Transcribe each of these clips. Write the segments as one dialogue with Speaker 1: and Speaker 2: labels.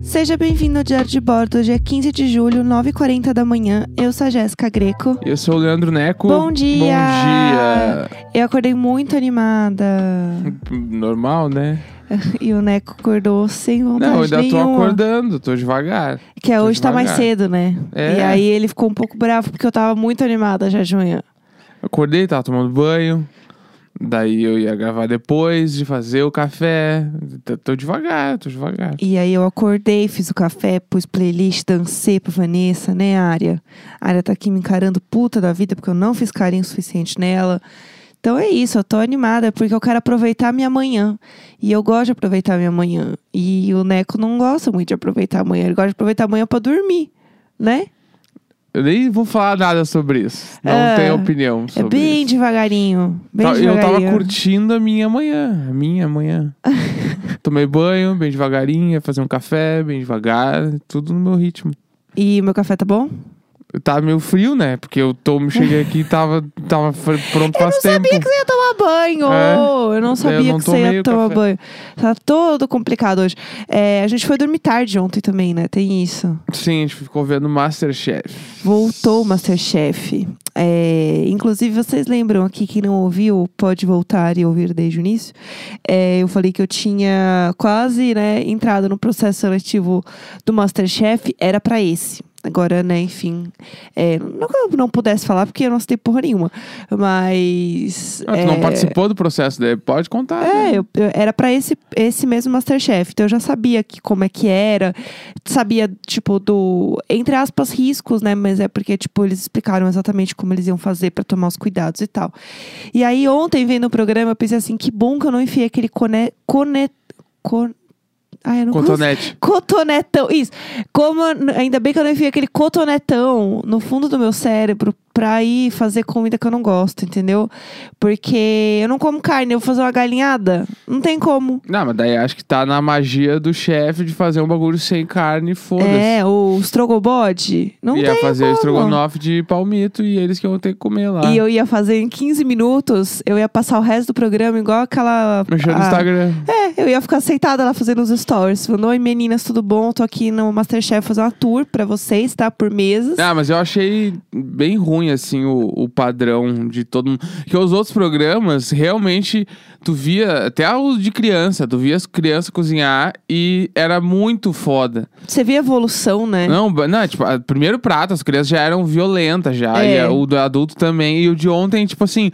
Speaker 1: Seja bem-vindo ao Diário de Bordo. Hoje é 15 de julho, 9h40 da manhã. Eu sou a Jéssica Greco.
Speaker 2: Eu sou o Leandro Neco.
Speaker 1: Bom dia!
Speaker 2: Bom
Speaker 1: Eu acordei muito animada.
Speaker 2: dia! Normal, né?
Speaker 1: e o Neco acordou sem vontade
Speaker 2: Não, eu ainda tô
Speaker 1: nenhuma.
Speaker 2: acordando, tô devagar.
Speaker 1: Que é
Speaker 2: tô
Speaker 1: hoje tá mais
Speaker 2: devagar.
Speaker 1: cedo, né?
Speaker 2: É.
Speaker 1: E aí ele ficou um pouco bravo porque eu tava muito animada já de manhã.
Speaker 2: Acordei, tava tomando banho. Daí eu ia gravar depois de fazer o café. T- Tô devagar, tô devagar.
Speaker 1: E aí eu acordei, fiz o café, pus playlist, dancei pra Vanessa, né, Ária? A Ária tá aqui me encarando puta da vida porque eu não fiz carinho suficiente nela. Então é isso, eu tô animada porque eu quero aproveitar a minha manhã. E eu gosto de aproveitar a minha manhã. E o Neco não gosta muito de aproveitar a manhã, ele gosta de aproveitar a manhã pra dormir, né?
Speaker 2: Eu nem vou falar nada sobre isso. Não
Speaker 1: É.
Speaker 2: tenho opinião
Speaker 1: É
Speaker 2: sobre
Speaker 1: bem
Speaker 2: isso.
Speaker 1: devagarinho, bem
Speaker 2: Ta- eu
Speaker 1: devagarinho.
Speaker 2: tava curtindo a minha manhã, a minha manhã. Tomei banho, bem devagarinho, ia fazer um café, bem devagar, tudo no meu ritmo.
Speaker 1: E meu café tá bom?
Speaker 2: Tá meio frio, né? Porque eu tô, cheguei aqui e tava, tava fr- pronto
Speaker 1: Eu
Speaker 2: faz
Speaker 1: não
Speaker 2: tempo.
Speaker 1: sabia que você ia tomar banho.
Speaker 2: É.
Speaker 1: Eu não
Speaker 2: Eu
Speaker 1: sabia
Speaker 2: não
Speaker 1: que você ia
Speaker 2: tomei o
Speaker 1: tomar
Speaker 2: café.
Speaker 1: banho. Tá todo complicado hoje. É, a gente foi dormir tarde ontem também, né? Tem isso.
Speaker 2: Sim, a gente ficou vendo Masterchef.
Speaker 1: Voltou o Masterchef. É, inclusive, vocês lembram aqui, quem não ouviu, pode voltar e ouvir desde o início. É, eu falei que eu tinha quase né, entrado no processo seletivo do Masterchef, era pra esse. Agora, né, enfim. é, não que eu não pudesse falar, porque eu não citei porra nenhuma. Mas.
Speaker 2: Ah, tu não
Speaker 1: é,
Speaker 2: participou do processo, daí pode contar. né?
Speaker 1: é, eu- eu- era pra esse, esse mesmo Masterchef. Então eu já sabia que, como é que era. Sabia, tipo, do. Entre aspas, riscos, né? Mas é porque, tipo, eles explicaram exatamente como eles iam fazer pra tomar os cuidados e tal. E aí, ontem, vendo o programa, eu pensei assim: que bom que eu não enfiei aquele cone. cone con... Ai, eu não consigo.
Speaker 2: Cotonete.
Speaker 1: Cotonetão, isso. Como ainda bem que eu não enfiei aquele cotonetão no fundo do meu cérebro pra ir fazer comida que eu não gosto, entendeu? Porque eu não como carne, eu vou fazer uma galinhada. Não tem como.
Speaker 2: Não, mas daí acho que tá na magia do chefe de fazer um bagulho sem carne, foda-se.
Speaker 1: É, o strogobode. Não
Speaker 2: Ia
Speaker 1: tem
Speaker 2: fazer
Speaker 1: como.
Speaker 2: estrogonofe de palmito e eles que vão ter que comer lá.
Speaker 1: E eu ia fazer em 15 minutos, eu ia passar o resto do programa igual aquela.
Speaker 2: Mexendo no
Speaker 1: a-
Speaker 2: Instagram.
Speaker 1: É, eu ia ficar sentada lá fazendo os stories. Falando, oi meninas, tudo bom? Tô aqui no Masterchef fazer uma tour pra vocês, tá? Por meses.
Speaker 2: Ah, mas eu achei bem ruim, assim, o, o padrão de todo mundo. Porque os outros programas, realmente, tu via, até os de criança, tu via as crianças cozinhar e era muito foda.
Speaker 1: Você vê a evolução, né?
Speaker 2: Não, ba- não, tipo, a- primeiro prato, as crianças já eram violentas já.
Speaker 1: É.
Speaker 2: E a- o do adulto também. E o de ontem, tipo assim,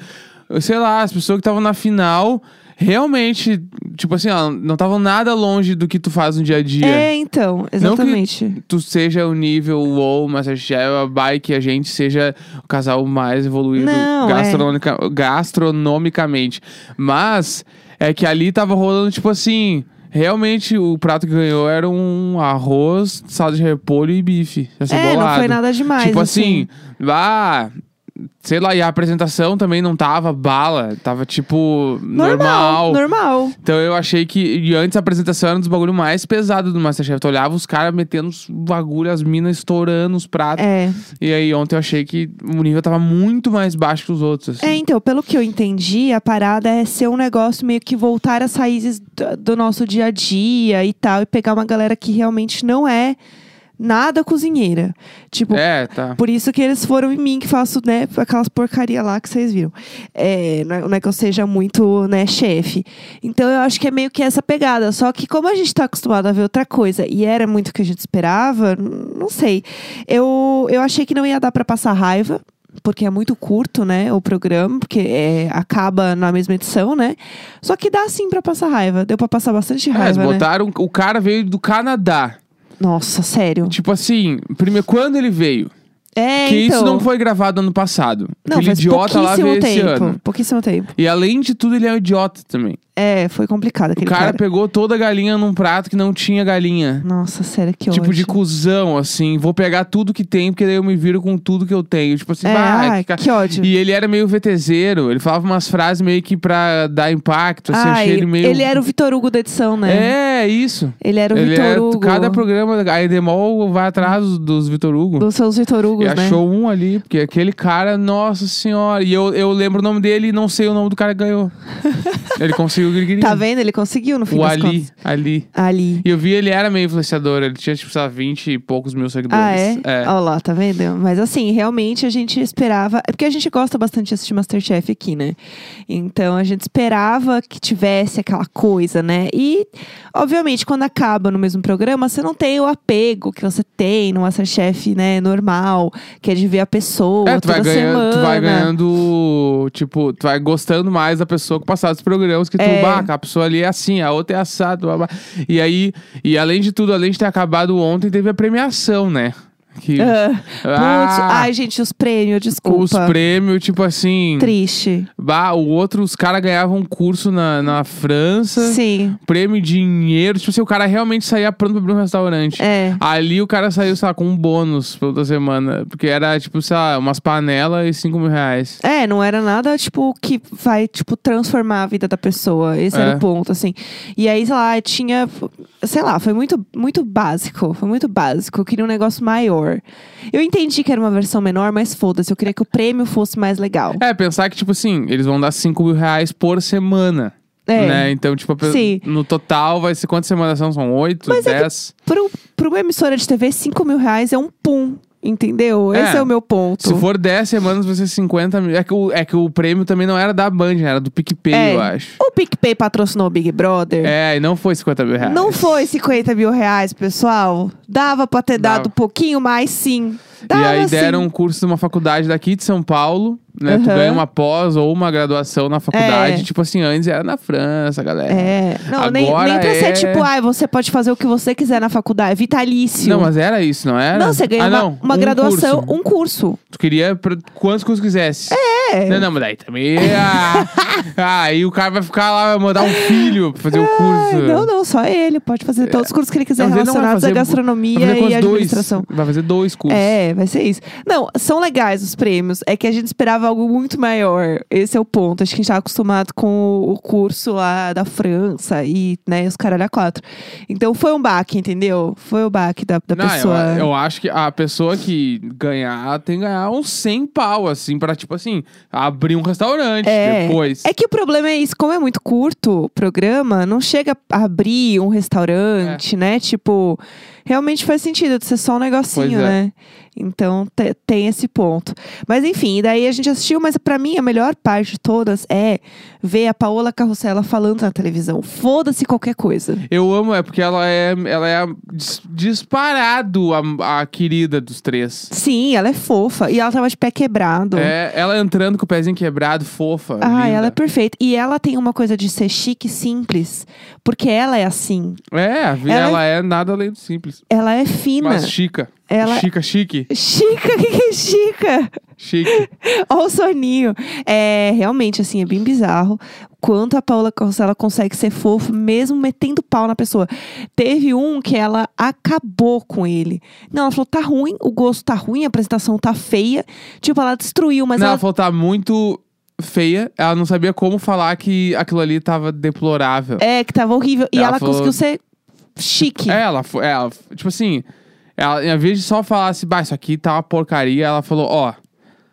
Speaker 2: eu sei lá, as pessoas que estavam na final, realmente, tipo assim, ó, não estavam nada longe do que tu faz no dia a dia.
Speaker 1: É, então, exatamente.
Speaker 2: Tu seja o nível ou Masterchef, é a Bai, que a gente seja o casal mais evoluído
Speaker 1: Não, é.
Speaker 2: gastronomica- gastronomicamente. Mas é que ali tava rolando, tipo assim. Realmente, o prato que ganhou era um arroz, salada de repolho e bife.
Speaker 1: É, não
Speaker 2: acebolado.
Speaker 1: foi nada demais.
Speaker 2: Tipo assim, lá. Sei lá, e a apresentação também não tava bala. Tava, tipo,
Speaker 1: normal. Normal.
Speaker 2: então eu achei que. E antes a apresentação era um dos bagulhos mais pesados do Masterchef. Tu olhava os caras metendo os bagulho, as minas estourando os pratos.
Speaker 1: É.
Speaker 2: E aí ontem eu achei que o nível tava muito mais baixo que os outros.
Speaker 1: É,
Speaker 2: assim.
Speaker 1: então, pelo que eu entendi, a parada é ser um negócio meio que voltar às raízes do, do nosso dia a dia e tal, e pegar uma galera que realmente não é nada cozinheira. Tipo,
Speaker 2: É, tá.
Speaker 1: Por isso que eles foram em mim que faço, né, aquelas porcaria lá que vocês viram. É, não é- não é que eu seja muito, né, chefe. Então eu acho que é meio que essa pegada. Só que como a gente tá acostumado a ver outra coisa e era muito o que a gente esperava, n- não sei. Eu, eu achei que não ia dar pra passar raiva. Porque é muito curto, né, o programa, porque é, acaba na mesma edição, né? Só que dá sim pra passar raiva. Deu pra passar bastante
Speaker 2: É, eles
Speaker 1: raiva, né?
Speaker 2: botaram. O cara veio do Canadá.
Speaker 1: Nossa, sério.
Speaker 2: Tipo assim, primeiro, quando ele veio?
Speaker 1: É,
Speaker 2: que
Speaker 1: então.
Speaker 2: isso não foi gravado ano passado.
Speaker 1: Não,
Speaker 2: Aquele
Speaker 1: faz
Speaker 2: idiota lá
Speaker 1: pouquíssimo
Speaker 2: veio esse
Speaker 1: tempo.
Speaker 2: ano.
Speaker 1: Pouquíssimo tempo.
Speaker 2: E além de tudo, ele é um idiota também.
Speaker 1: É, foi complicado
Speaker 2: O
Speaker 1: aquele
Speaker 2: cara,
Speaker 1: cara.
Speaker 2: pegou toda a galinha num prato que não tinha galinha.
Speaker 1: Nossa, sério, que
Speaker 2: Tipo
Speaker 1: ódio.
Speaker 2: de cuzão, assim, vou pegar tudo que tem, porque daí eu me viro com tudo que eu tenho. Tipo assim,
Speaker 1: É,
Speaker 2: vai,
Speaker 1: ai,
Speaker 2: fica-
Speaker 1: que ódio.
Speaker 2: E ele era meio VTZero, ele falava umas frases meio que pra dar impacto, assim,
Speaker 1: Ai,
Speaker 2: achei ele meio.
Speaker 1: era o Vitor Hugo da edição, né?
Speaker 2: É, isso.
Speaker 1: Ele era o
Speaker 2: ele
Speaker 1: Vitor
Speaker 2: era
Speaker 1: Hugo.
Speaker 2: cada programa, a Edemol vai atrás dos, dos Vitor Hugo.
Speaker 1: Dos seus Vitor Hugos,
Speaker 2: e
Speaker 1: né?
Speaker 2: achou um ali, porque aquele cara, nossa senhora. E eu, eu lembro o nome dele e não sei o nome do cara que ganhou. Ele conseguiu o grigri.
Speaker 1: Tá vendo? Ele conseguiu no fim
Speaker 2: O
Speaker 1: das
Speaker 2: Ali,
Speaker 1: contas.
Speaker 2: Ali.
Speaker 1: Ali.
Speaker 2: E eu vi, ele era meio influenciador. Ele tinha, tipo, sei lá, 20 e poucos mil seguidores.
Speaker 1: Ah, é? Olha lá, tá vendo? Mas assim, realmente a gente esperava. É porque a gente gosta bastante de assistir Masterchef aqui, né? Então a gente esperava que tivesse aquela coisa, né? E, obviamente, quando acaba no mesmo programa, você não tem o apego que você tem no Masterchef, né? Normal, que é de ver a pessoa
Speaker 2: É, tu
Speaker 1: toda
Speaker 2: vai, ganhando,
Speaker 1: semana.
Speaker 2: tu vai ganhando, tipo, tu vai gostando mais da pessoa com o passar dos programas que tu,
Speaker 1: É.
Speaker 2: bah, a pessoa ali é assim, a outra é assado, blá, blá. E aí, e além de tudo, além de ter acabado ontem, teve a premiação, né? Que,
Speaker 1: Ah, putz,
Speaker 2: Ah,
Speaker 1: ai, gente, os prêmios, desculpa.
Speaker 2: os prêmios, tipo assim,
Speaker 1: Triste.
Speaker 2: bah, o outro, os caras ganhavam um curso na, na França,
Speaker 1: Sim,
Speaker 2: prêmio, dinheiro, tipo assim, o cara realmente saía pronto pra abrir um restaurante.
Speaker 1: é.
Speaker 2: Ali o cara saiu, sei lá, com um bônus pra outra semana. Porque era, tipo, sei lá, umas panelas e 5 mil reais.
Speaker 1: É, não era nada, tipo, que vai, tipo, transformar a vida da pessoa. Esse
Speaker 2: É.
Speaker 1: era o ponto, assim. E aí, sei lá, tinha... Sei lá, foi muito, muito básico. Foi muito básico. Eu queria um negócio maior. Eu entendi que era uma versão menor, mas foda-se. Eu queria que o prêmio fosse mais legal.
Speaker 2: É, pensar que, tipo assim, eles vão dar 5 mil reais por semana.
Speaker 1: É.
Speaker 2: Né? Então, tipo, a pe-
Speaker 1: Sim.
Speaker 2: no total vai ser quantas semanas são? São 8,
Speaker 1: Mas é que-
Speaker 2: 10?
Speaker 1: Pro, pro uma emissora de TV, 5 mil reais é um pum. Entendeu?
Speaker 2: É.
Speaker 1: Esse é o meu ponto.
Speaker 2: Se for 10 semanas, vai ser 50 mil. É que, o, é que o prêmio também não era da Band, né? era do PicPay,
Speaker 1: É.
Speaker 2: eu acho.
Speaker 1: O PicPay patrocinou o Big Brother.
Speaker 2: É, e não foi 50 mil reais.
Speaker 1: Não foi 50 mil reais, pessoal. Dava pra ter
Speaker 2: Dava.
Speaker 1: dado um pouquinho mais, sim. Dava,
Speaker 2: E aí
Speaker 1: sim.
Speaker 2: deram um curso de uma faculdade daqui de São Paulo, né? Tu
Speaker 1: assim. Aham.
Speaker 2: ganha uma pós ou uma graduação na faculdade.
Speaker 1: É.
Speaker 2: Tipo assim, antes era na França, galera.
Speaker 1: É. Não, nem,
Speaker 2: Agora
Speaker 1: nem pra
Speaker 2: é-
Speaker 1: ser tipo, ai, você pode fazer o que você quiser na faculdade. é Vitalício.
Speaker 2: Não, mas era isso, não era?
Speaker 1: Não, você ganha
Speaker 2: ah,
Speaker 1: uma-
Speaker 2: não,
Speaker 1: uma,
Speaker 2: um
Speaker 1: graduação,
Speaker 2: curso.
Speaker 1: um curso.
Speaker 2: Tu queria pra quantos cursos quisesse.
Speaker 1: É.
Speaker 2: Não, não, mas daí também. ah, ah, aí o cara vai ficar lá, vai mandar um filho pra fazer o curso.
Speaker 1: Ai, Ah, não, não, só ele. Pode fazer todos os cursos que ele quiser
Speaker 2: Às vezes é. não vai
Speaker 1: relacionados à
Speaker 2: fazer- vai
Speaker 1: gastronomia
Speaker 2: fazer com
Speaker 1: e
Speaker 2: os dois.
Speaker 1: administração.
Speaker 2: Vai fazer dois cursos.
Speaker 1: É, vai ser isso. Não, são legais os prêmios. É que a gente esperava algo muito maior. Esse é o ponto. Acho que a gente tá acostumado com o- o curso lá da França e, né, os caralho a quatro. Então foi um baque, entendeu? Foi o baque da, da
Speaker 2: Não, eu-
Speaker 1: pessoa.
Speaker 2: eu, acho que a pessoa que ganhar tem que ganhar uns 100 pau, assim, pra, tipo assim, abrir um restaurante
Speaker 1: É.
Speaker 2: depois.
Speaker 1: É que o problema é isso, como é muito curto o programa, não chega a abrir um
Speaker 2: É.
Speaker 1: restaurante, né? Tipo, realmente faz sentido de ser só um negocinho,
Speaker 2: Pois é.
Speaker 1: né? Então te- tem esse ponto. Mas enfim, daí a gente assistiu, mas pra mim a melhor parte de todas é ver a Paola Carrossela falando na televisão. Foda-se qualquer coisa.
Speaker 2: Eu amo, é porque ela é, ela é a dis- disparado a, a querida dos três.
Speaker 1: Sim, ela é fofa. E ela tava de pé quebrado.
Speaker 2: É, ela entrando com o pezinho quebrado, fofa.
Speaker 1: Ah,
Speaker 2: linda.
Speaker 1: ela é perfeita. E ela tem uma coisa de ser chique e simples. Porque ela é assim.
Speaker 2: É, a vida,
Speaker 1: Ela é-
Speaker 2: ela é nada além do simples.
Speaker 1: Ela é fina.
Speaker 2: Mas chica.
Speaker 1: Ela- é
Speaker 2: Chica, chique.
Speaker 1: Chica, o que, que é Chica?
Speaker 2: Chique.
Speaker 1: Olha o soninho. É, realmente, assim, é bem bizarro quanto a Paula Carrossela consegue ser fofa, mesmo metendo pau na pessoa. Teve um que ela acabou com ele. Não, ela falou, tá ruim, o gosto tá ruim, a apresentação tá feia. Tipo, ela destruiu, mas
Speaker 2: não,
Speaker 1: ela...
Speaker 2: ela falou, tá muito feia. Ela não sabia como falar que aquilo ali tava deplorável.
Speaker 1: É, que tava horrível. E
Speaker 2: Ela
Speaker 1: ela,
Speaker 2: falou-
Speaker 1: conseguiu ser chique.
Speaker 2: É, ela foi. Ela, f- tipo assim, ela, em vez de só falar assim, bah, isso aqui tá uma porcaria, ela falou, ó,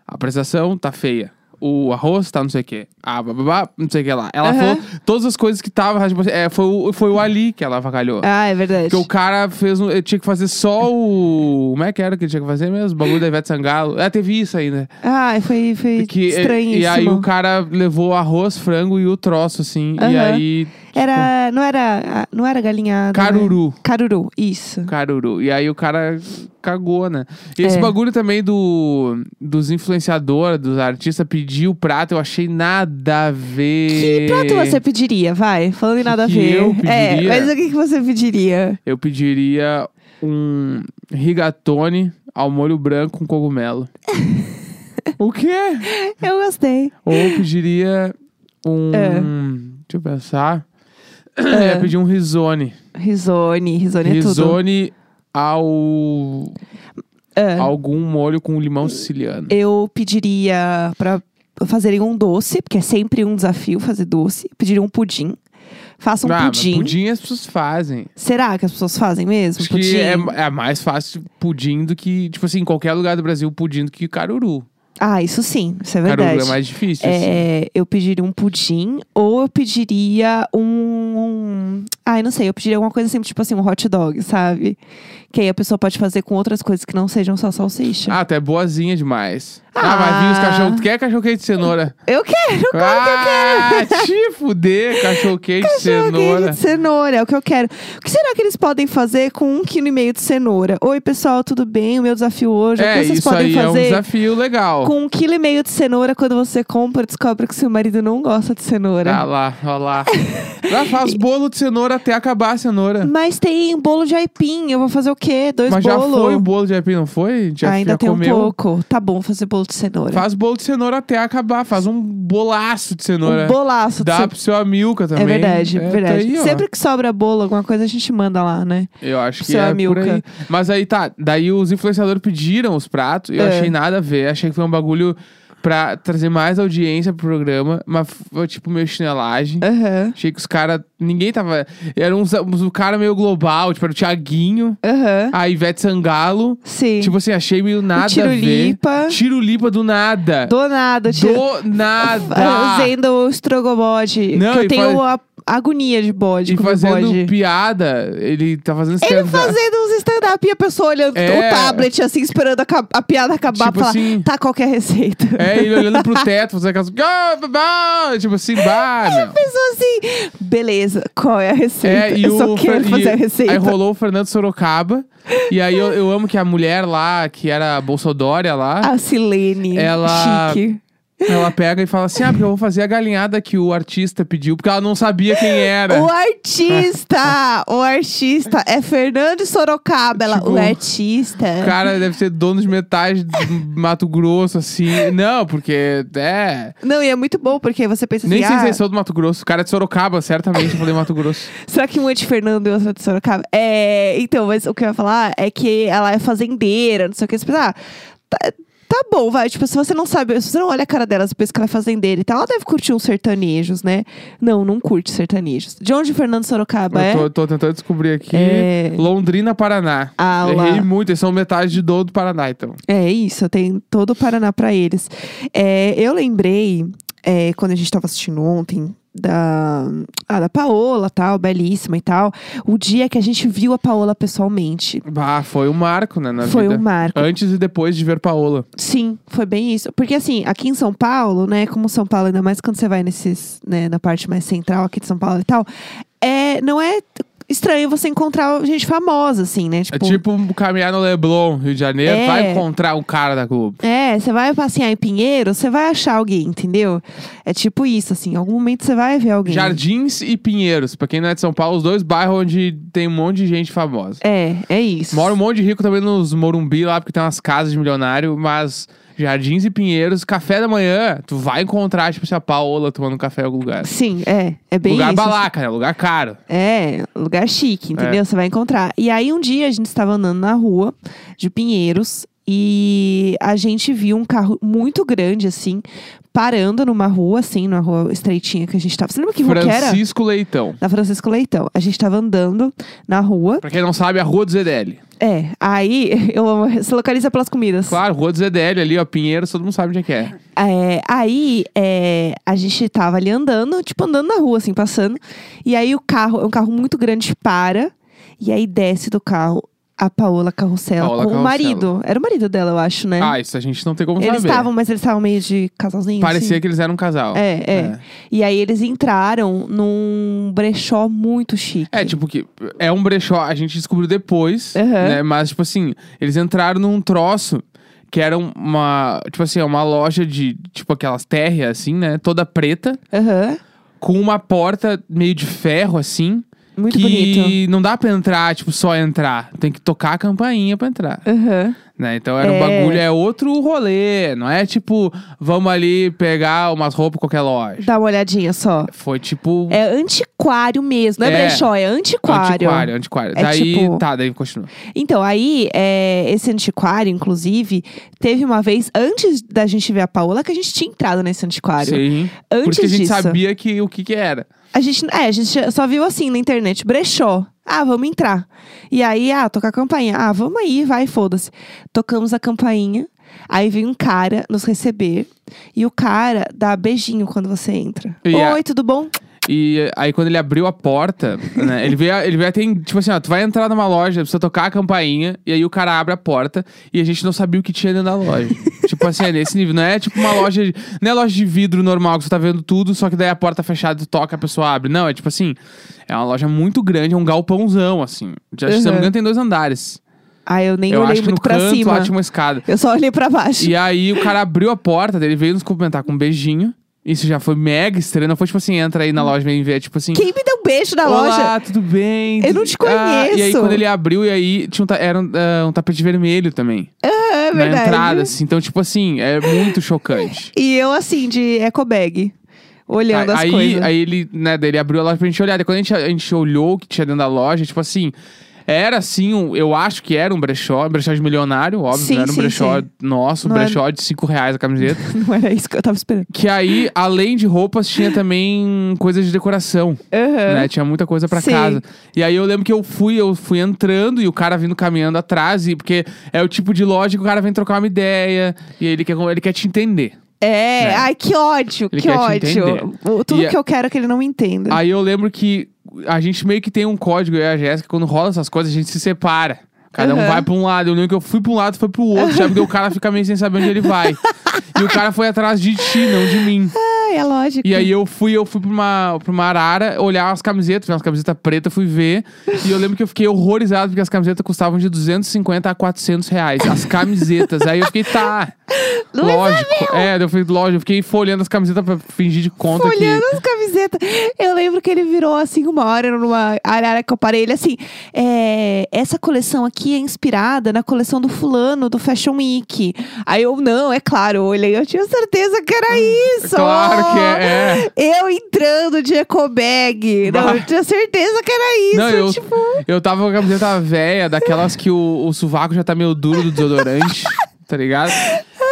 Speaker 2: a apresentação tá feia. O arroz tá não sei o quê. Ah, bababá, não sei o que lá. Ela
Speaker 1: Aham.
Speaker 2: falou todas as coisas que tava. tipo assim, é, foi, o- foi o Ali que ela avacalhou.
Speaker 1: Ah, é verdade.
Speaker 2: Porque o cara fez um. Ele tinha que fazer só o. Como é que era que ele tinha que fazer mesmo? O bagulho da Ivete Sangalo. É, teve isso ainda.
Speaker 1: Ah, foi, foi
Speaker 2: Que, é,
Speaker 1: estranhíssimo.
Speaker 2: E aí o cara levou arroz, frango e o troço, assim. E
Speaker 1: Aham.
Speaker 2: aí.
Speaker 1: Era, não era, não era galinhada. né?
Speaker 2: tipo Caruru.
Speaker 1: Caruru, isso.
Speaker 2: Caruru. E aí o cara cagou, né? E esse
Speaker 1: É.
Speaker 2: bagulho também do, dos influenciadores, dos artistas, pedir o prato, eu achei nada a
Speaker 1: Que
Speaker 2: ver.
Speaker 1: prato você pediria, vai? Falando em nada
Speaker 2: que
Speaker 1: a ver.
Speaker 2: eu
Speaker 1: É,
Speaker 2: pediria?
Speaker 1: mas o que, que você pediria?
Speaker 2: Eu pediria um rigatone ao molho branco com cogumelo. o quê?
Speaker 1: Eu gostei.
Speaker 2: Ou eu pediria um.
Speaker 1: É.
Speaker 2: Deixa eu pensar. Eu ia pedir um risone.
Speaker 1: Risone, risone é tudo.
Speaker 2: Risone ao.
Speaker 1: É.
Speaker 2: Algum molho com limão siciliano.
Speaker 1: Eu pediria pra fazerem um doce, porque é sempre um desafio fazer doce. Eu Pediria um pudim. Faça um
Speaker 2: ah, mas
Speaker 1: pudim.
Speaker 2: pudim as pessoas fazem.
Speaker 1: Será que as pessoas fazem mesmo?
Speaker 2: Acho
Speaker 1: pudim?
Speaker 2: é que é, é mais fácil pudim do que, tipo assim, em qualquer lugar do Brasil, pudim do que caruru.
Speaker 1: Ah, isso sim, isso é verdade.
Speaker 2: Caruru é mais difícil. assim.
Speaker 1: É, eu pediria um pudim ou eu pediria um, um- Ai, não sei, eu pediria alguma coisa assim, tipo assim, um hot dog, sabe? Que aí a pessoa pode fazer com outras coisas que não sejam só salsicha.
Speaker 2: Ah, tu é boazinha demais. Ah, vai vir os
Speaker 1: Ah.
Speaker 2: cachorros. Tu quer cachorro quente de cenoura?
Speaker 1: Eu quero, claro que eu quero!
Speaker 2: ah, te fuder, cachorro quente de
Speaker 1: Cachorro
Speaker 2: cenoura.
Speaker 1: um de cenoura, é o que eu quero. O que será que eles podem fazer com um quilo e meio de cenoura? Oi, pessoal, tudo bem? O meu desafio hoje é o
Speaker 2: É,
Speaker 1: que vocês
Speaker 2: isso
Speaker 1: podem
Speaker 2: aí é um
Speaker 1: fazer
Speaker 2: desafio legal.
Speaker 1: com um quilo e meio de cenoura quando você compra, descobre que seu marido não gosta de cenoura.
Speaker 2: Ah lá, ó lá. Já faz bolo de cenoura até acabar a cenoura.
Speaker 1: Mas tem bolo de aipim, eu vou fazer o quê? Dois
Speaker 2: Mas já
Speaker 1: bolos?
Speaker 2: foi o bolo de aipim, não foi? Já,
Speaker 1: Ainda
Speaker 2: já
Speaker 1: tem
Speaker 2: comeu.
Speaker 1: um pouco. Tá bom fazer bolo de cenoura.
Speaker 2: Faz bolo de cenoura até acabar. Faz um bolaço de cenoura. é.
Speaker 1: um bolaço de
Speaker 2: Dá
Speaker 1: cenoura.
Speaker 2: pro seu Amilca também.
Speaker 1: É verdade,
Speaker 2: tá
Speaker 1: verdade.
Speaker 2: aí, ó.
Speaker 1: Sempre que sobra bolo, alguma coisa, a gente manda lá, né?
Speaker 2: Eu acho que
Speaker 1: Seu
Speaker 2: é
Speaker 1: Amilca.
Speaker 2: por aí. Mas aí tá, daí os influenciadores pediram os pratos, eu
Speaker 1: É.
Speaker 2: achei nada a ver, achei que foi um bagulho pra trazer mais audiência pro programa, mas foi tipo meio chinelagem.
Speaker 1: Aham,
Speaker 2: Achei que os caras, ninguém tava, era uns, uns- um cara meio global, tipo, era o Thiaguinho,
Speaker 1: aham.
Speaker 2: a Ivete Sangalo,
Speaker 1: Sim.
Speaker 2: tipo assim, achei meio nada a ver.
Speaker 1: Tirulipa.
Speaker 2: Tiro lipa do nada.
Speaker 1: Do nada, tiro...
Speaker 2: Do nada.
Speaker 1: Fazendo o estrogobode.
Speaker 2: Não,
Speaker 1: que eu
Speaker 2: e
Speaker 1: tenho
Speaker 2: faz-
Speaker 1: a agonia de bode.
Speaker 2: E
Speaker 1: comer
Speaker 2: fazendo
Speaker 1: bode.
Speaker 2: piada, ele tá fazendo
Speaker 1: Ele
Speaker 2: stand-up.
Speaker 1: fazendo uns stand-up e a pessoa olhando
Speaker 2: É.
Speaker 1: o tablet, assim, esperando a, ca- a piada acabar
Speaker 2: Tipo
Speaker 1: pra falar,
Speaker 2: assim-
Speaker 1: tá qualquer receita.
Speaker 2: É, ele olhando pro teto, fazendo aquelas. Ah, bah, bah, tipo assim, bah, meu.
Speaker 1: Pessoa assim, beleza, qual é a receita?
Speaker 2: É, e
Speaker 1: eu
Speaker 2: o
Speaker 1: só quero
Speaker 2: Fer-
Speaker 1: fazer a
Speaker 2: e-
Speaker 1: receita.
Speaker 2: Aí rolou o Fernando Sorocaba. E aí eu, eu amo que a mulher lá, que era a Bolsodória lá,
Speaker 1: A Silene.
Speaker 2: Ah. Ela-
Speaker 1: Chique.
Speaker 2: ela pega e fala assim: Ah, porque eu vou fazer a galinhada que o artista pediu, porque ela não sabia quem era.
Speaker 1: O artista! o artista é Fernando Sorocaba. Ela,
Speaker 2: Tipo,
Speaker 1: o artista.
Speaker 2: O cara deve ser dono de metade do Mato Grosso, assim. Não, porque. É.
Speaker 1: Não, e é muito bom, porque você pensa
Speaker 2: Nem
Speaker 1: assim,
Speaker 2: sei se
Speaker 1: ah,
Speaker 2: eles são do Mato Grosso. O cara é de Sorocaba, certamente. Eu falei Mato Grosso.
Speaker 1: será que um é de Fernando e outro é de Sorocaba? É, então, mas o que eu ia falar é que ela é fazendeira, não sei o que. Você pensa, ah, tá, tá bom, vai. Tipo, se você não sabe, se você não olha a cara dela, você pensa que ela é fazendeira e tal, ela deve curtir uns sertanejos, né? Não, não curte sertanejos. De onde Fernando Sorocaba é?
Speaker 2: Eu tô, tô tentando descobrir aqui.
Speaker 1: É.
Speaker 2: Londrina, Paraná.
Speaker 1: Ah, lá.
Speaker 2: Errei muito, eles são metade de do do Paraná, então.
Speaker 1: É isso, tem todo o Paraná pra eles. É, eu lembrei, é, quando a gente tava assistindo ontem, da, ah, da Paola, tal, belíssima e tal, o dia que a gente viu a Paola pessoalmente.
Speaker 2: Bah, foi um marco, né, na
Speaker 1: foi
Speaker 2: vida.
Speaker 1: um marco.
Speaker 2: Antes e depois de ver Paola.
Speaker 1: Sim, foi bem isso. Porque assim, aqui em São Paulo, né, como São Paulo, ainda mais quando você vai nesses, né, na parte mais central aqui de São Paulo e tal, é, não é estranho você encontrar gente famosa, assim, né?
Speaker 2: É tipo caminhar no Leblon, Rio de Janeiro,
Speaker 1: É.
Speaker 2: vai encontrar um cara da Globo.
Speaker 1: É, você vai passear em Pinheiro, você vai achar alguém, entendeu? É tipo isso, assim, em algum momento você vai ver alguém.
Speaker 2: Jardins e Pinheiros, pra quem não é de São Paulo, os dois bairros onde tem um monte de gente famosa.
Speaker 1: É, é isso.
Speaker 2: Mora um monte de rico também nos Morumbi lá, porque tem umas casas de milionário, mas Jardins e Pinheiros, café da manhã, tu vai encontrar, tipo, se a Paola tomando café em algum lugar.
Speaker 1: Sim, é, é bem
Speaker 2: lugar
Speaker 1: isso.
Speaker 2: balaca, né? Lugar caro.
Speaker 1: É, lugar chique,
Speaker 2: É.
Speaker 1: entendeu? Você vai encontrar. E aí um dia a gente estava andando na rua de Pinheiros e a gente viu um carro muito grande assim, parando numa rua assim, numa rua estreitinha que a gente tava. Você lembra que rua que era?
Speaker 2: Francisco Leitão.
Speaker 1: Na Francisco Leitão. A gente tava andando na rua.
Speaker 2: Pra quem não sabe, é a Rua do ZDL.
Speaker 1: É, aí eu amo- se localiza pelas comidas.
Speaker 2: Claro, Rua do ZDL ali, ó, Pinheiros, todo mundo sabe onde é que é.
Speaker 1: É, aí é, a gente tava ali andando, tipo andando na rua, assim, passando. E aí o carro, é um carro muito grande, para. E aí desce do carro a Paola Carrossela
Speaker 2: Paola
Speaker 1: com
Speaker 2: Carrossela.
Speaker 1: o marido. Era o marido dela, eu acho, né?
Speaker 2: Ah, isso a gente não tem como
Speaker 1: eles
Speaker 2: saber.
Speaker 1: estavam, mas eles estavam meio de casalzinho.
Speaker 2: Parecia
Speaker 1: assim.
Speaker 2: que eles eram um casal.
Speaker 1: É, é, E aí eles entraram num brechó muito chique.
Speaker 2: É, tipo que é um brechó, a gente descobriu depois,
Speaker 1: Aham.
Speaker 2: né? Mas, tipo assim, eles entraram num troço que era uma, tipo assim, uma loja de, tipo, aquelas térreas, assim, né? Toda preta,
Speaker 1: Aham.
Speaker 2: com uma porta meio de ferro, assim.
Speaker 1: Muito
Speaker 2: que
Speaker 1: bonito.
Speaker 2: não dá pra entrar, tipo, só entrar. Tem que tocar a campainha pra entrar.
Speaker 1: Aham.
Speaker 2: Né? Então era um
Speaker 1: É.
Speaker 2: bagulho, é outro rolê. Não é tipo, vamos ali pegar umas roupas em qualquer loja.
Speaker 1: Dá uma olhadinha só.
Speaker 2: Foi tipo.
Speaker 1: É antiquário mesmo, não é,
Speaker 2: É.
Speaker 1: brechó, é
Speaker 2: Antiquário, antiquário.
Speaker 1: É
Speaker 2: daí,
Speaker 1: tipo-
Speaker 2: tá, daí continua.
Speaker 1: Então, aí, é, esse antiquário, inclusive, teve uma vez, antes da gente ver a Paola, que a gente tinha entrado nesse antiquário.
Speaker 2: Sim.
Speaker 1: Antes
Speaker 2: Porque a gente
Speaker 1: disso.
Speaker 2: sabia que, o que que era.
Speaker 1: A gente, é, a gente só viu assim na internet, brechó. Ah, vamos entrar. E aí, ah, tocar a campainha. Ah, vamos aí, vai, foda-se. Tocamos a campainha. Aí vem um cara nos receber e o cara dá beijinho quando você entra.
Speaker 2: E a-
Speaker 1: Oi, tudo bom?
Speaker 2: E aí, quando ele abriu a porta, né, ele veio, ele veio até, em- tipo assim, ó, tu vai entrar numa loja, precisa tocar a campainha, e aí o cara abre a porta, e a gente não sabia o que tinha dentro da loja. tipo assim, é nesse nível, não é tipo uma loja, de- não é loja de vidro normal, que você tá vendo tudo, só que daí a porta fechada, tu toca, a pessoa abre. Não, é tipo assim, é uma loja muito grande, é um galpãozão, assim. Já, se não
Speaker 1: Uhum.
Speaker 2: me engano, tem dois andares.
Speaker 1: Aí eu nem
Speaker 2: Eu
Speaker 1: olhei
Speaker 2: acho que no
Speaker 1: muito pra
Speaker 2: canto
Speaker 1: cima.
Speaker 2: lá tinha uma escada.
Speaker 1: Eu só olhei pra baixo.
Speaker 2: E aí o cara abriu a porta dele, veio nos cumprimentar com um beijinho. Isso já foi mega estranho. Não foi tipo assim, entra aí na loja e vem ver. Tipo assim,
Speaker 1: Quem me deu um beijo na
Speaker 2: Olá,
Speaker 1: loja?
Speaker 2: tudo bem?
Speaker 1: Eu não te
Speaker 2: Ah, e aí,
Speaker 1: conheço.
Speaker 2: quando ele abriu, e aí tinha um, ta- era um, ah, um tapete vermelho também.
Speaker 1: É
Speaker 2: na
Speaker 1: verdade.
Speaker 2: entrada, assim. Então, tipo assim, é muito chocante.
Speaker 1: E eu, assim, de eco bag, olhando as
Speaker 2: Ah, aí,
Speaker 1: coisas.
Speaker 2: aí ele, né, daí ele abriu a loja pra gente olhar. Daí quando a gente, a gente olhou o que tinha dentro da loja, tipo assim. Era assim, um- eu acho que era um brechó, um brechó de milionário, óbvio,
Speaker 1: Sim,
Speaker 2: não era um
Speaker 1: sim,
Speaker 2: brechó
Speaker 1: sim.
Speaker 2: nosso, um
Speaker 1: Não era-
Speaker 2: brechó de 5 reais a camiseta.
Speaker 1: Não era isso que eu tava esperando.
Speaker 2: que aí, além de roupas, tinha também coisas de decoração.
Speaker 1: Aham.
Speaker 2: né? Tinha muita coisa pra
Speaker 1: Sim.
Speaker 2: casa. E aí eu lembro que eu fui, eu fui entrando e o cara vindo caminhando atrás, e porque é o tipo de loja que o cara vem trocar uma ideia e ele quer, ele quer te entender.
Speaker 1: É,
Speaker 2: Né?
Speaker 1: ai, que ódio,
Speaker 2: Ele
Speaker 1: que
Speaker 2: quer te
Speaker 1: ódio.
Speaker 2: entender.
Speaker 1: O- Tudo
Speaker 2: E
Speaker 1: que eu quero é que ele não me entenda.
Speaker 2: Aí eu lembro que a gente meio que tem um código, eu e a Jéssica, quando rola essas coisas, a gente se separa. Cada
Speaker 1: Aham.
Speaker 2: um vai pra um lado. Eu lembro que eu fui pra um lado, foi pro outro, já porque o cara fica meio sem saber onde ele vai. e o cara foi atrás de ti, não de mim.
Speaker 1: Ai, é lógico.
Speaker 2: E aí eu fui, eu fui pra uma, pra uma arara olhar as camisetas, vi umas camisetas pretas, fui ver. E eu lembro que eu fiquei horrorizado, porque as camisetas custavam de 250 a 400 reais. As camisetas. aí eu fiquei, tá.
Speaker 1: Não é
Speaker 2: lógico. É, daí eu fui, lógico, eu fiquei folheando as camisetas pra fingir de conta
Speaker 1: Folhando
Speaker 2: que.
Speaker 1: as camisetas. Eu lembro que ele virou assim uma hora numa arara que eu parei. Ele assim, é, essa coleção aqui é inspirada na coleção do fulano do Fashion Week. Aí eu, não, é claro, eu olhei, eu tinha certeza que era isso.
Speaker 2: Hum, Claro que é. é.
Speaker 1: Eu entrando de eco bag. Não,
Speaker 2: Bah.
Speaker 1: eu tinha certeza que era isso.
Speaker 2: Não, eu,
Speaker 1: tipo,
Speaker 2: eu tava com a camiseta velha, daquelas que o, o sovaco já tá meio duro do desodorante, tá ligado?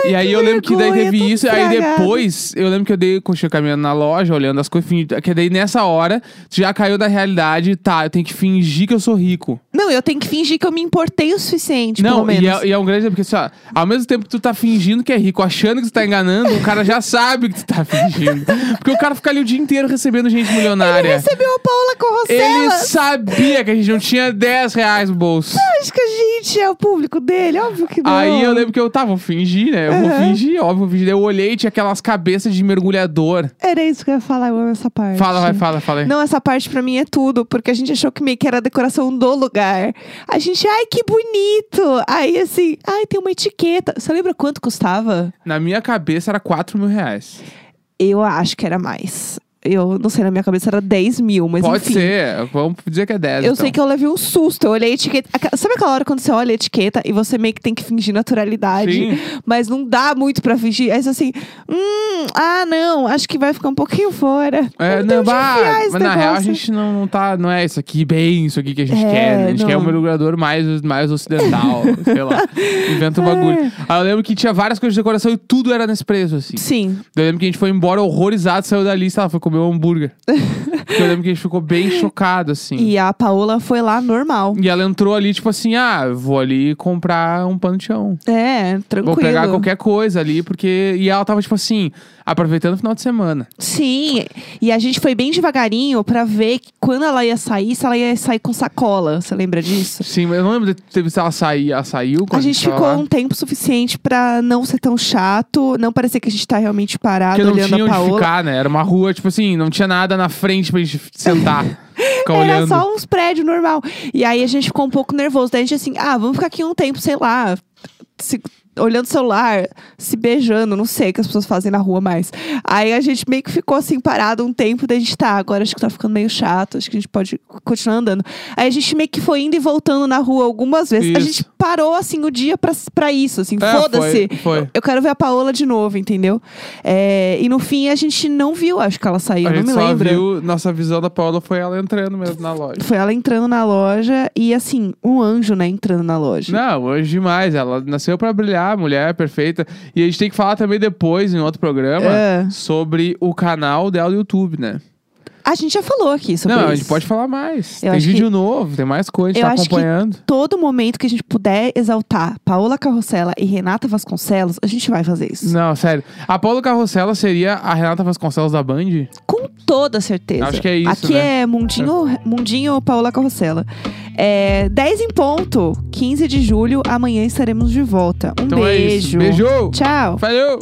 Speaker 2: e aí
Speaker 1: que
Speaker 2: eu lembro que daí
Speaker 1: vergonha,
Speaker 2: teve
Speaker 1: tô
Speaker 2: isso, aí
Speaker 1: estragada.
Speaker 2: depois eu lembro que eu dei, continuei caminhando na loja, olhando as coisas, fingi- que daí nessa hora tu já caiu da realidade, tá, eu tenho que fingir que eu sou rico.
Speaker 1: não, eu tenho que fingir que eu me importei o suficiente, pelo
Speaker 2: Não, e
Speaker 1: Tipo, menos.
Speaker 2: é, e é um grande, porque assim, ó, ao mesmo tempo que tu tá fingindo que é rico, achando que tu tá enganando, o cara já sabe que tu tá fingindo. Porque o cara fica ali o dia inteiro recebendo gente milionária.
Speaker 1: Ele recebeu a Paula
Speaker 2: Ele
Speaker 1: Corrocela.
Speaker 2: sabia que a gente não tinha 10 reais no bolso.
Speaker 1: Acho que a gente é o público dele, óbvio que não.
Speaker 2: Aí eu lembro que eu tava, vou fingir, né? Eu vou
Speaker 1: Aham.
Speaker 2: fingir, óbvio, vou fingir. Daí Eu olhei e tinha aquelas cabeças de mergulhador.
Speaker 1: Era isso que eu ia falar, eu amo essa parte.
Speaker 2: Fala, vai, fala, fala aí.
Speaker 1: Não, essa parte pra mim é tudo, porque a gente achou que meio que era a decoração do lugar. A gente, ai, que bonito! Aí assim, ai, tem uma etiqueta. Você lembra quanto custava?
Speaker 2: Na minha cabeça era 4 mil reais.
Speaker 1: Eu acho que era mais. Eu não sei, na minha cabeça era 10 mil, mas
Speaker 2: Pode
Speaker 1: enfim.
Speaker 2: ser, vamos dizer que é 10.
Speaker 1: Eu
Speaker 2: então.
Speaker 1: sei que eu levei um susto. Eu olhei a etiqueta. Aca- Sabe aquela hora quando você olha a etiqueta e você meio que tem que fingir naturalidade?
Speaker 2: Sim.
Speaker 1: Mas não dá muito pra fingir. Aí você assim, hum, ah, não, acho que vai ficar um pouquinho fora.
Speaker 2: É,
Speaker 1: Eu
Speaker 2: não,
Speaker 1: tenho onde
Speaker 2: bah,
Speaker 1: enfiar
Speaker 2: mas
Speaker 1: esse
Speaker 2: na real a
Speaker 1: negócio.
Speaker 2: gente não, não tá. Não é isso aqui, bem isso aqui que a gente
Speaker 1: É,
Speaker 2: quer. né? A gente
Speaker 1: não.
Speaker 2: quer um mergulhador mais, mais ocidental, sei lá. Inventa
Speaker 1: É.
Speaker 2: um bagulho. Aí eu lembro que tinha várias coisas de decoração e tudo era nesse preço, assim.
Speaker 1: Sim.
Speaker 2: Eu lembro que a gente foi embora horrorizado, saiu da lista, ela foi comer um hambúrguer. eu lembro que a gente ficou bem chocado, assim.
Speaker 1: E a Paola foi lá normal.
Speaker 2: E ela entrou ali, tipo assim, ah, eu vou ali comprar um pano de chão.
Speaker 1: É, tranquilo.
Speaker 2: Vou pegar qualquer coisa ali, porque. E ela tava, tipo assim, aproveitando o final de semana.
Speaker 1: Sim. E a gente foi bem devagarinho pra ver que quando ela ia sair, se ela ia sair com sacola. Você lembra disso?
Speaker 2: Sim, mas eu não lembro de teve se ela sair, ela saiu.
Speaker 1: A
Speaker 2: quando
Speaker 1: gente
Speaker 2: tava
Speaker 1: ficou
Speaker 2: lá.
Speaker 1: um tempo suficiente pra não ser tão chato, não parecer que a gente tá realmente parado
Speaker 2: Porque não
Speaker 1: olhando
Speaker 2: tinha
Speaker 1: a
Speaker 2: onde
Speaker 1: Paola.
Speaker 2: ficar, né? Era uma rua, tipo assim, não tinha nada na frente pra gente sentar. ficar
Speaker 1: Era
Speaker 2: olhando.
Speaker 1: só uns prédios normal. E aí a gente ficou um pouco nervoso. Daí a gente assim, ah, vamos ficar aqui um tempo, sei lá, se- olhando o celular, se beijando, não sei o que as pessoas fazem na rua mais. Aí a gente meio que ficou assim parado um tempo, daí a gente tá, agora acho que tá ficando meio chato, acho que a gente pode continuar andando. Aí a gente meio que foi indo e voltando na rua algumas vezes. A
Speaker 2: Isso.
Speaker 1: gente parou assim o dia pra, pra isso, assim,
Speaker 2: É,
Speaker 1: foda-se.
Speaker 2: foi- foi.
Speaker 1: Eu quero ver a Paola de novo, entendeu? É, e no fim a gente não viu, acho que ela saiu,
Speaker 2: A
Speaker 1: não
Speaker 2: gente
Speaker 1: me
Speaker 2: só
Speaker 1: lembro.
Speaker 2: viu, nossa visão da Paula foi ela entrando mesmo na loja.
Speaker 1: Foi ela entrando na loja e, assim, um anjo, né, entrando na loja.
Speaker 2: Não, hoje demais. Ela nasceu pra brilhar, mulher perfeita. E a gente tem que falar também depois, em outro programa,
Speaker 1: É.
Speaker 2: sobre o canal dela do YouTube, né?
Speaker 1: A gente já falou aqui sobre
Speaker 2: Não,
Speaker 1: isso.
Speaker 2: a gente pode falar mais.
Speaker 1: Eu
Speaker 2: tem
Speaker 1: acho
Speaker 2: vídeo novo, tem mais coisa,
Speaker 1: Eu
Speaker 2: tá
Speaker 1: acho que-
Speaker 2: acompanhando.
Speaker 1: Todo momento que a gente puder exaltar Paola Carrossela e Renata Vasconcelos, a gente vai fazer isso.
Speaker 2: Não, sério. A Paula Carrossela seria a Renata Vasconcelos da Band?
Speaker 1: Com toda certeza.
Speaker 2: Acho que é isso,
Speaker 1: Aqui
Speaker 2: né?
Speaker 1: é Mundinho, Mundinho Paola Carrossela. É, 10 em ponto, 15 de julho. Amanhã estaremos de volta. Um
Speaker 2: Então é
Speaker 1: beijo.
Speaker 2: isso. Beijo!
Speaker 1: Tchau.
Speaker 2: Valeu!